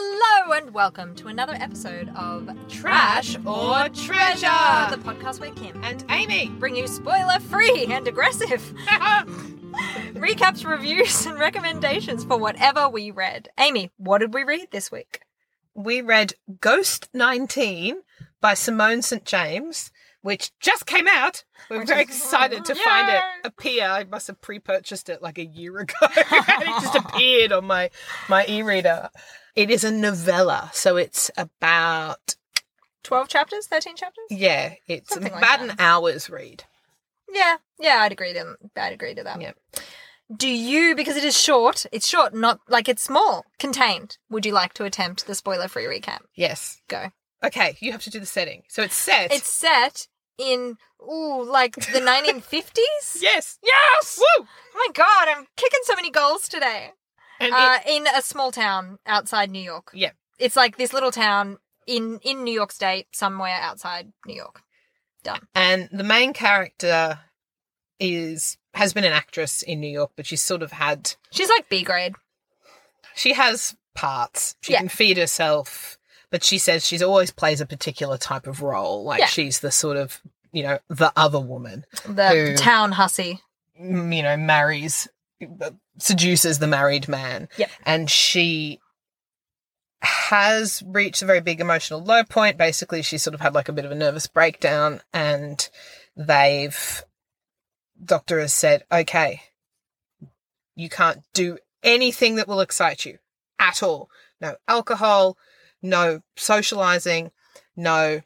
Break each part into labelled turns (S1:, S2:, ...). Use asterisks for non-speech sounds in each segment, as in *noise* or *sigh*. S1: Hello and welcome to another episode of Trash or Treasure, the podcast where Kim
S2: And Amy. *laughs*
S1: bring you spoiler-free *laughs* and aggressive recaps, reviews, and recommendations for whatever we read. Amy, what did we read this week?
S2: we read Ghost 19 by Simone St. James, which just came out. We're
S1: Which
S2: very
S1: is-
S2: excited to find it
S1: Yay!
S2: appear. I must have pre purchased it like a year *laughs* ago. it just appeared on my, my e reader. It is a novella, so it's about,
S1: Twelve chapters, thirteen chapters?
S2: yeah, it's
S1: Something like
S2: about
S1: that.
S2: an hour's read.
S1: Yeah, yeah, I'd agree to I'd agree to that.
S2: Yeah.
S1: Do you because it is short, it's short, not like it's small, contained. Would you like to attempt the spoiler-free recap?
S2: Yes.
S1: Go.
S2: Okay, you have to do the setting. So it's set.
S1: It's set in ooh, like the *laughs* 1950s?
S2: yes.
S1: Yes!
S2: Woo!
S1: Oh my god, I'm kicking so many goals today.
S2: And
S1: Uh, in a small town outside New York.
S2: Yeah.
S1: It's like this little town in in New York State, somewhere outside New York.
S2: and the main character is has been an actress in New York, but she's sort of had
S1: She's like B grade.
S2: she has parts. She
S1: Yeah.
S2: can feed herself, but she says she's always plays a particular type of role. Like
S1: Yeah.
S2: she's the sort of you know the other woman,
S1: The
S2: Who-
S1: town hussy.
S2: m- you know, marries, uh, seduces the married man,
S1: Yep.
S2: and she has reached a very big emotional low point. Basically, she sort of had like a bit of a nervous breakdown, and they've doctor has said, okay, you can't do anything that will excite you at all. No alcohol, no socializing, no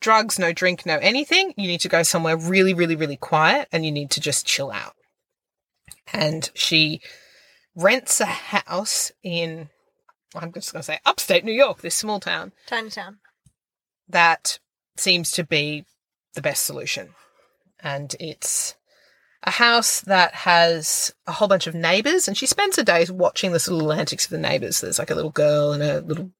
S2: drugs, no drink, no anything. You need to go somewhere really, really, really quiet and you need to just chill out. And she rents a house in, I'm just going to say upstate New York, this small town,
S1: Tiny town.
S2: that seems to be the best solution. And it's a house that has a whole bunch of neighbors, and she spends her days watching the little antics of the neighbors. There's like a little girl and a little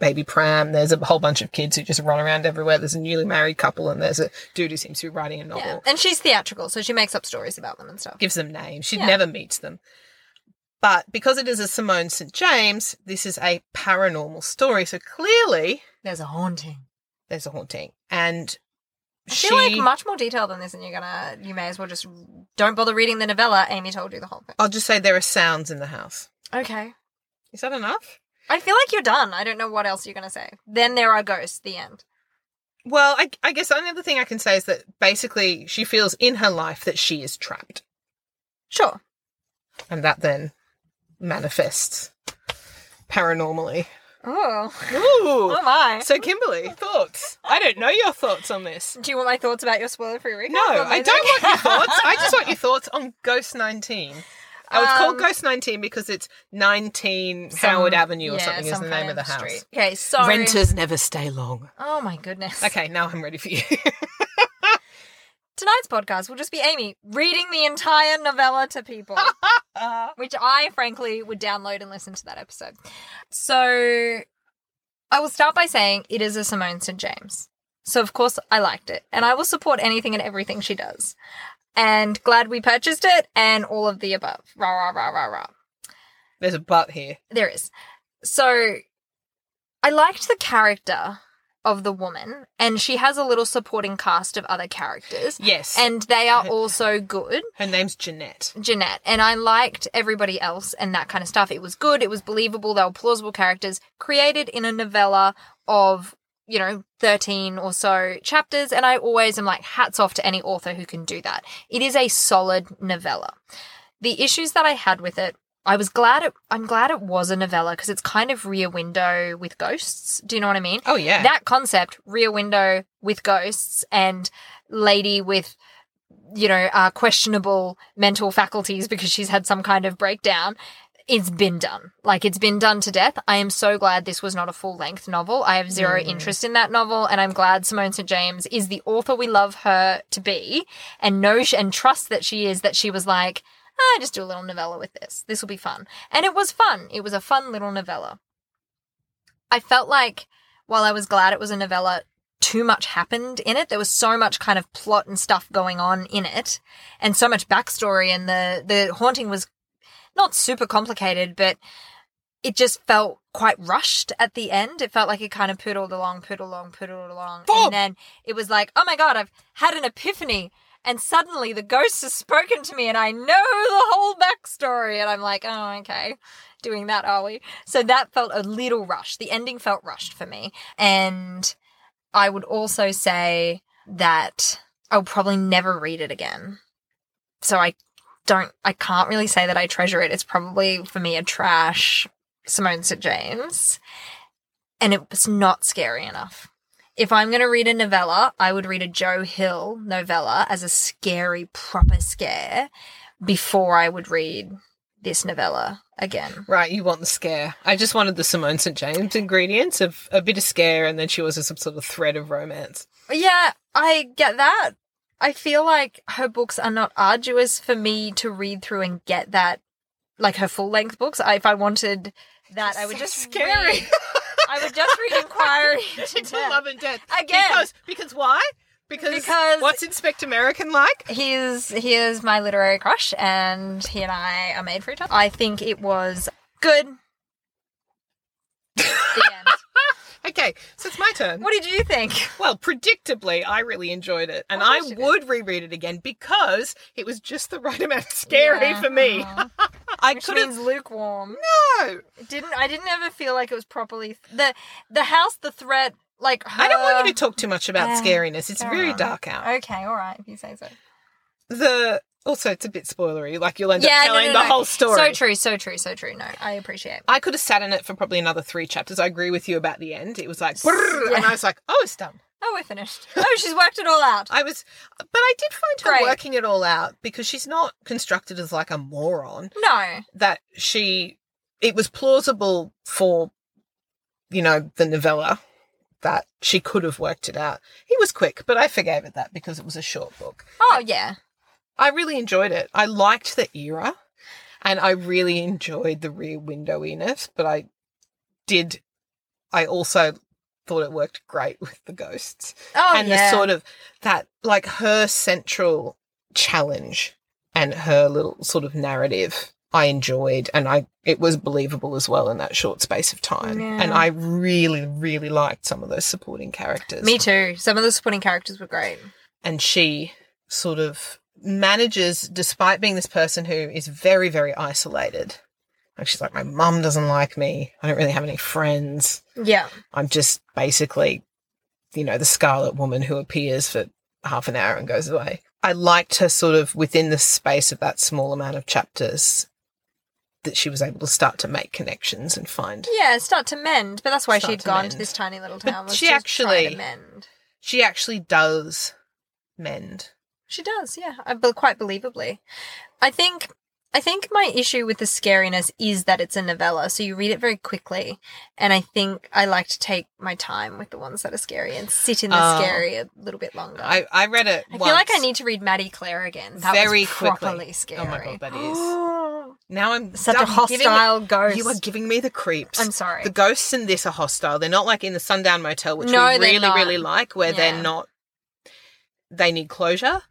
S2: baby pram. There's a whole bunch of kids who just run around everywhere. There's a newly married couple, and there's a dude who seems to be writing a novel
S1: Yeah. And she's theatrical, so she makes up stories about them and stuff.
S2: gives them names. She
S1: Yeah.
S2: never meets them. But because it is a Simone St. James, this is a paranormal story. So clearly
S1: There's a haunting.
S2: there's a haunting. And
S1: I
S2: she
S1: feel like much more detail than this, and you're gonna you may as well just don't bother reading the novella. Amy told you the whole thing.
S2: I'll just say there are sounds in the house.
S1: Okay.
S2: Is that enough?
S1: I feel like you're done. I don't know what else you're gonna say. Then there are ghosts, the end.
S2: Well, I, I guess the only other thing I can say is that basically she feels in her life that she is trapped,
S1: Sure.
S2: and that then manifests paranormally.
S1: Oh.
S2: Ooh.
S1: Oh my.
S2: So, Kimberly, thoughts? I don't know your thoughts on this.
S1: Do you want my thoughts about your spoiler free recap?
S2: No,
S1: Or
S2: I
S1: my-
S2: don't
S1: *laughs*
S2: want your thoughts. I just want your thoughts on Ghost 19. Oh, it's called
S1: Um,
S2: Ghost 19 because it's 19
S1: Some-
S2: *laughs* Howard Avenue or
S1: yeah,
S2: something is
S1: some
S2: the
S1: kind
S2: name of the house.
S1: street. Okay, so
S2: Renters never stay long.
S1: Oh my goodness.
S2: Okay, now I'm ready for you. *laughs*
S1: Tonight's podcast will just be Amy reading the entire novella to
S2: *laughs*
S1: people. which I frankly would download and listen to that episode. So I will start by saying it is a Simone St. James. So of course I liked it. And I will support anything and everything she does. And glad we purchased it and all of the above. Rah rah rah rah rah.
S2: There's a butt here.
S1: There is. So I liked the character of the woman, and she has a little supporting cast of other characters.
S2: Yes.
S1: And they are also good.
S2: her name's Jeanette.
S1: Jeanette. And I liked everybody else and that kind of stuff. It was good. It was believable. They were plausible characters created in a novella of, you know, 13 or so chapters. And I always am like, hats off to any author who can do that. It is a solid novella. The issues that I had with it, I was glad it, I'm glad it was a novella because it's kind of rear window with ghosts. Do you know what I mean?
S2: Oh yeah.
S1: that concept rear window with ghosts and lady with you know uh, questionable mental faculties because she's had some kind of breakdown it's been done like it's been done to death i am so glad this was not a full length novel i have zero
S2: Mm.
S1: interest in that novel and i'm glad simone st james is the author we love her to be and know sh- and trust that she is that she was like i just do a little novella with this this will be fun and it was fun it was a fun little novella i felt like while I was glad it was a novella, too much happened in it. There was so much kind of plot and stuff going on in it, and so much backstory. And the the haunting was not super complicated, but it just felt quite rushed at the end. It felt like it kind of poodled along, poodled along, poodled along.
S2: Bob!
S1: And then it was like, oh my God, I've had an epiphany. And suddenly the ghost has spoken to me and I know the whole backstory. And I'm like, oh, okay, doing that, are we? So that felt a little rushed. The ending felt rushed for me. And I would also say that I'll probably never read it again. So I don't, I can't really say that I treasure it. It's probably for me a trash Simone St. James, and it's not scary enough. If I'm going to read a novella, I would read a Joe Hill novella as a scary, proper scare before I would read this novella again.
S2: Right, you want the scare. I just wanted the Simone St. James ingredients of a bit of scare and then she was some sort of thread of romance.
S1: Yeah, I get that. I feel like her books are not arduous for me to read through and get that, like her full length books. I, if I wanted that, I would
S2: So
S1: just
S2: *laughs* scary.
S1: read- I would
S2: *laughs*
S1: just read Inquiry into
S2: Into
S1: Death.
S2: love and death.
S1: Again.
S2: Because because why? Because,
S1: Because-
S2: what's Inspect American like?
S1: He is he is my literary crush, and he and I are made for each other. I think it was good.
S2: *laughs*
S1: the end.
S2: Okay, so it's my turn.
S1: What did you think?
S2: Well, predictably, I really enjoyed it, and
S1: Of
S2: I
S1: course you did.
S2: would reread it again because it was just the right amount of scary
S1: Yeah,
S2: for me.
S1: uh-huh.
S2: *laughs* I
S1: Which
S2: could have
S1: means lukewarm.
S2: no.
S1: It didn't I didn't ever feel like it was properly the the house, the threat, like her...
S2: I don't want you to talk too much about
S1: uh,
S2: scariness. It's
S1: go
S2: very
S1: on.
S2: dark out.
S1: Okay, all right, if you say so.
S2: The also, it's a bit spoilery. Like you'll end
S1: Yeah,
S2: up
S1: no,
S2: telling
S1: no,
S2: the
S1: no.
S2: whole story.
S1: So true, so true, so true. No, I appreciate.
S2: I could have sat in it for probably another three chapters. I agree with you about the end. It was like, brrr, and I was like, oh, it's done.
S1: Oh, we're finished. Oh, she's worked it all out.
S2: I was, but I did find her
S1: Great.
S2: working it all out because she's not constructed as like a moron.
S1: No.
S2: That she, it was plausible for, you know, the novella that she could have worked it out. It was quick, but I forgave it that because it was a short book.
S1: Oh, yeah.
S2: I really enjoyed it. I liked the era and I really enjoyed the rear windowiness, but I did I also thought it worked great with the ghosts.
S1: Oh,
S2: and
S1: yeah.
S2: the sort of that like her central challenge and her little sort of narrative I enjoyed and I it was believable as well in that short space of time.
S1: Yeah.
S2: And I really, really liked some of those supporting characters
S1: Me too. Some of the supporting characters were great.
S2: and she sort of manages despite being this person who is very very isolated like she's like my mum doesn't like me i don't really have any friends
S1: Yeah.
S2: i'm just basically you know the scarlet woman who appears for half an hour and goes away i liked her sort of within the space of that small amount of chapters that she was able to start to make connections and find
S1: Yeah, start to mend, but that's why
S2: Start
S1: she had
S2: to
S1: gone to
S2: mend.
S1: this tiny little
S2: But
S1: town.
S2: *laughs*
S1: was
S2: she
S1: to try
S2: actually-
S1: to mend.
S2: she actually does mend
S1: She does, yeah, I be- quite believably. I think I think my issue with the scariness is that it's a novella, so you read it very quickly, and I think I like to take my time with the ones that are scary and sit in the
S2: Oh.
S1: scary a little bit longer. I,
S2: i, I read it
S1: feel like I
S2: once.
S1: need to read Maddie Claire again. That
S2: Very
S1: very was
S2: quickly.
S1: properly
S2: Oh
S1: scary.
S2: my God, that
S1: is
S2: now
S1: *gasps*
S2: i'm
S1: such a
S2: I'm giving-
S1: hostile ghost.
S2: You are giving me the creeps.
S1: I'm sorry.
S2: The ghosts in this are hostile. They're not like in the Sundown Motel, which
S1: No,
S2: we
S1: they're
S2: really,
S1: not.
S2: really like, where
S1: Yeah.
S2: they're not. They need closure.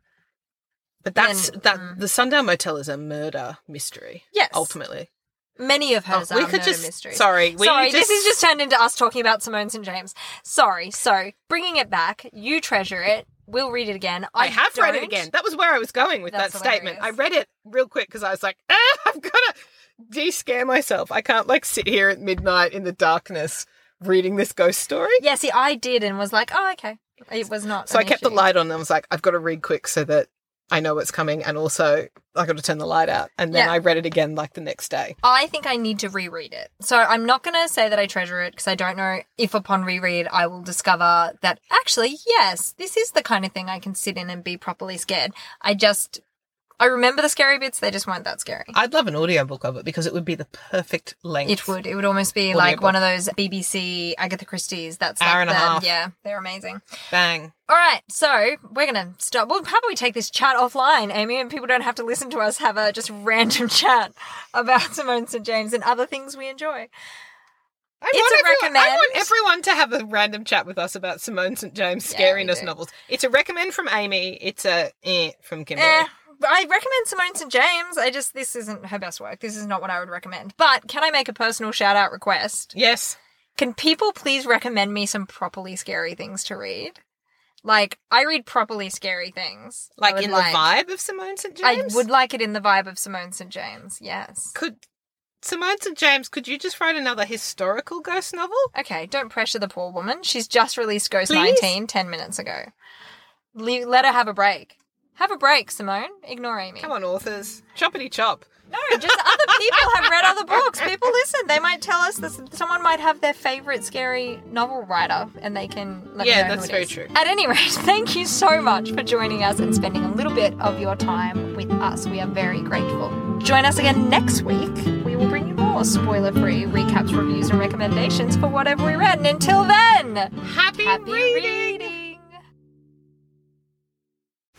S2: But that's
S1: Then-
S2: that.
S1: mm.
S2: The Sundown Motel is a murder mystery.
S1: yes,
S2: Ultimately,
S1: many of hers
S2: Oh,
S1: are
S2: we could
S1: murder
S2: just.
S1: mysteries.
S2: Sorry, we
S1: Sorry, this
S2: just,
S1: has just turned into us talking about Simone St. James. Sorry, so bringing it back, you treasure it. We'll read it again. I,
S2: I, have read it
S1: don't.
S2: again. That was where I was going with
S1: That's
S2: that statement. I
S1: hilarious.
S2: read it real quick because I was like, ah, *laughs* I've got to de-scare myself. I can't like sit here at midnight in the darkness reading this ghost story.
S1: Yeah, see, I did and was like, oh, okay. It was not.
S2: So
S1: an
S2: I kept the
S1: issue.
S2: light on and I was like, I've got to read quick so that I know what's coming. And also, i got to turn the light out. And then
S1: Yeah.
S2: I read it again like the next day.
S1: I think I need to reread it. So I'm not going to say that I treasure it because I don't know if upon reread I will discover that actually, yes, this is the kind of thing I can sit in and be properly scared. I just, I remember the scary bits, they just weren't that scary.
S2: I'd love an audiobook of it because it would be the perfect length.
S1: It would. It would almost be like one of those BBC Agatha Christie's. That's
S2: Hour
S1: like
S2: and a
S1: them.
S2: half.
S1: Yeah, they're amazing.
S2: Bang.
S1: All right, so we're gonna stop. We'll probably take this chat offline, Amy, and people don't have to listen to us have a just random *laughs* chat about Simone St James and other things we enjoy.
S2: I
S1: It's
S2: want
S1: a
S2: everyone- I want
S1: recommend.
S2: everyone to have a random chat with us about Simone St. James'
S1: Yeah, we
S2: scariness
S1: do.
S2: novels. It's a recommend from Amy. It's a eh from Kimberly.
S1: Eh, I recommend Simone St. James. I just, this isn't her best work. This is not what I would recommend. But can I make a personal shout out request?
S2: Yes.
S1: Can people please recommend me some properly scary things to read? Like, I read properly scary things. I
S2: Like
S1: would
S2: in the vibe of Simone St.
S1: I
S2: James?
S1: would like it in the vibe of Simone St. James, yes.
S2: Could Simone St. James, could you just write another historical ghost novel?
S1: Okay, don't pressure the poor woman. She's just released Ghost
S2: Please?
S1: 19 10 minutes ago. Le- let her have a break. Have a break, Simone. Ignore Amy.
S2: Come on, authors. Choppity chop.
S1: No, just other people have read other books. People listen. They might tell us that someone might have their favorite scary novel writer, and they can. Let me
S2: Yeah,
S1: know who
S2: that's
S1: it
S2: very
S1: is.
S2: true.
S1: At any *laughs* rate, thank you so much for joining us and spending a little bit of your time with us. We are very grateful. Join us again next week. We will bring you more spoiler-free recaps, reviews, and recommendations for whatever we read. And until then.
S2: Happy,
S1: Happy reading.